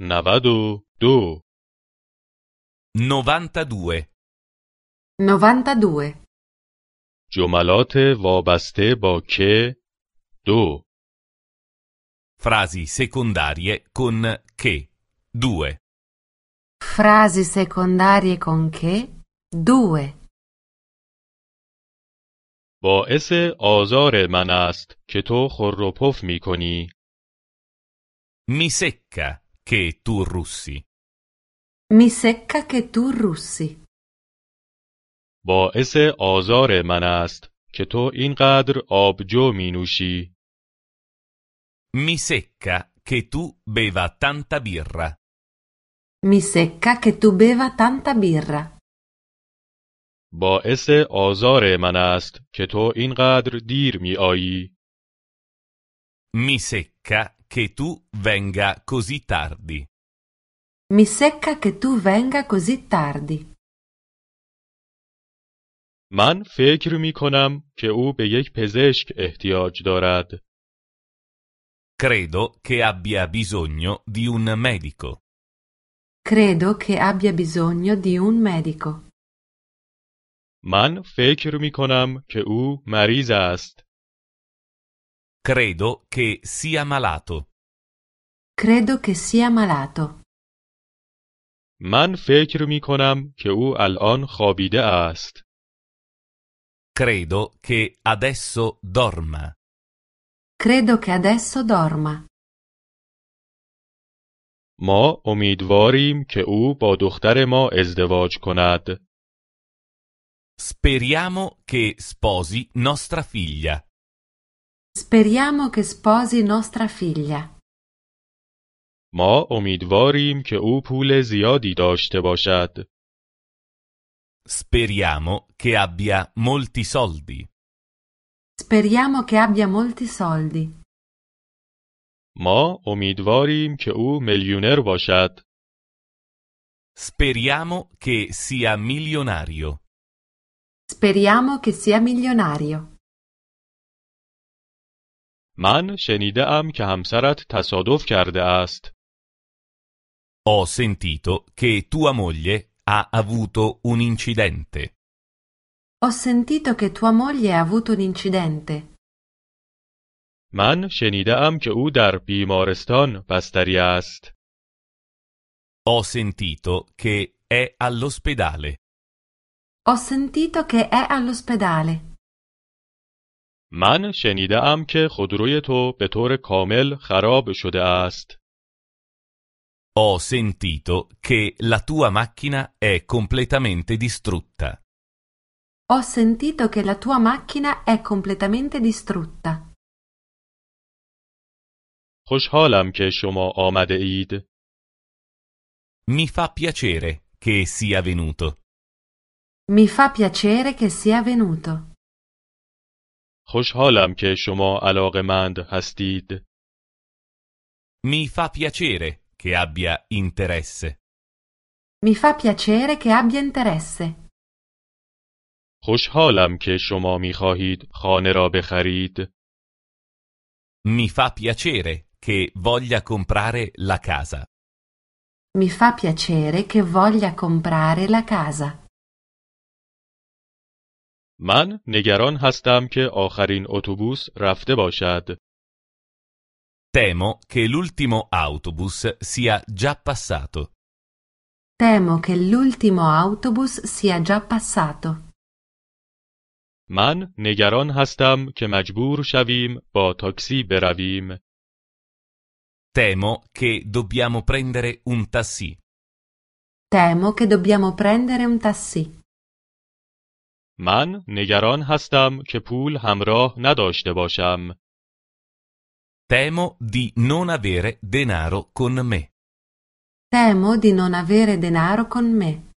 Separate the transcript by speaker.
Speaker 1: نود و دو
Speaker 2: 92.
Speaker 3: 92.
Speaker 1: جملات وابسته با که دو
Speaker 2: Frasi secondarie con che. 2.
Speaker 3: Frasi secondarie con che. 2.
Speaker 1: باعث آزار من است که تو خر و پف می کنی
Speaker 2: Mi secca che tu russi.
Speaker 3: Mi secca che tu russi.
Speaker 1: باعث آزار من است که تو اینقدر آبجو می نوشی
Speaker 2: Mi secca che tu beva tanta birra.
Speaker 3: Mi secca che tu beva tanta birra.
Speaker 1: باعث آزار من است که تو اینقدر دیر می آیی
Speaker 2: Mi secca che tu venga così tardi.
Speaker 3: Mi secca che tu venga così tardi.
Speaker 1: من فکر می کنم که او به یک پزشک احتیاج دارد
Speaker 2: Credo che abbia bisogno di un medico.
Speaker 3: Credo che abbia bisogno di un medico.
Speaker 1: من فکر می کنم که او مریض است
Speaker 2: Credo che sia malato.
Speaker 3: Credo che sia malato.
Speaker 1: من فکر می کنم که او الان خوابیده است.
Speaker 2: Credo che adesso dorma.
Speaker 3: Credo che adesso dorma.
Speaker 1: ما امیدواریم که او با دختر ما ازدواج کند.
Speaker 2: Speriamo che sposi nostra figlia.
Speaker 3: Speriamo che sposi nostra figlia.
Speaker 1: ما امیدواریم که او پول زیادی داشته باشد.
Speaker 2: Speriamo che abbia molti soldi.
Speaker 3: Speriamo che abbia molti soldi.
Speaker 1: ما امیدواریم که او میلیونر باشد.
Speaker 2: Speriamo che sia milionario.
Speaker 3: Speriamo che sia milionario.
Speaker 1: من شنیده ام که همسرت تصادف کرده است.
Speaker 2: Ho sentito che tua moglie ha avuto un incidente.
Speaker 3: Ho sentito che tua moglie ha avuto un incidente.
Speaker 1: من شنیده ام که او در بیمارستان بستری است.
Speaker 2: Ho sentito che è all'ospedale.
Speaker 3: Ho sentito che è all'ospedale.
Speaker 1: من شنیده ام که خودروی تو به طور کامل خراب شده است.
Speaker 2: Ho sentito che la tua macchina è completamente distrutta.
Speaker 3: Ho sentito che la tua macchina è completamente distrutta.
Speaker 1: خوشحالم که شما آمده اید.
Speaker 2: Mi fa piacere che sia venuto.
Speaker 3: Mi fa piacere che sia venuto.
Speaker 1: خوشحالم که شما علاقمند هستید.
Speaker 2: Mi fa piacere che abbia interesse.
Speaker 3: Mi fa piacere che abbia interesse.
Speaker 1: خوشحالم که شما می خواهید خانه را بخرید.
Speaker 2: Mi fa piacere che voglia comprare la casa.
Speaker 3: Mi fa piacere che voglia comprare la casa.
Speaker 1: من نگران هستم که آخرین اتوبوس رفته باشد.
Speaker 2: Temo che l'ultimo autobus sia già passato.
Speaker 3: Temo che l'ultimo autobus sia già passato.
Speaker 1: من نگران هستم که مجبور شویم با تاکسی برویم.
Speaker 2: Temo che dobbiamo prendere un tassì.
Speaker 3: Temo che dobbiamo prendere un tassì.
Speaker 1: من نگران هستم که پول همراه نداشته باشم.
Speaker 2: Temo di non avere denaro con me.
Speaker 3: Temo di non avere denaro con me.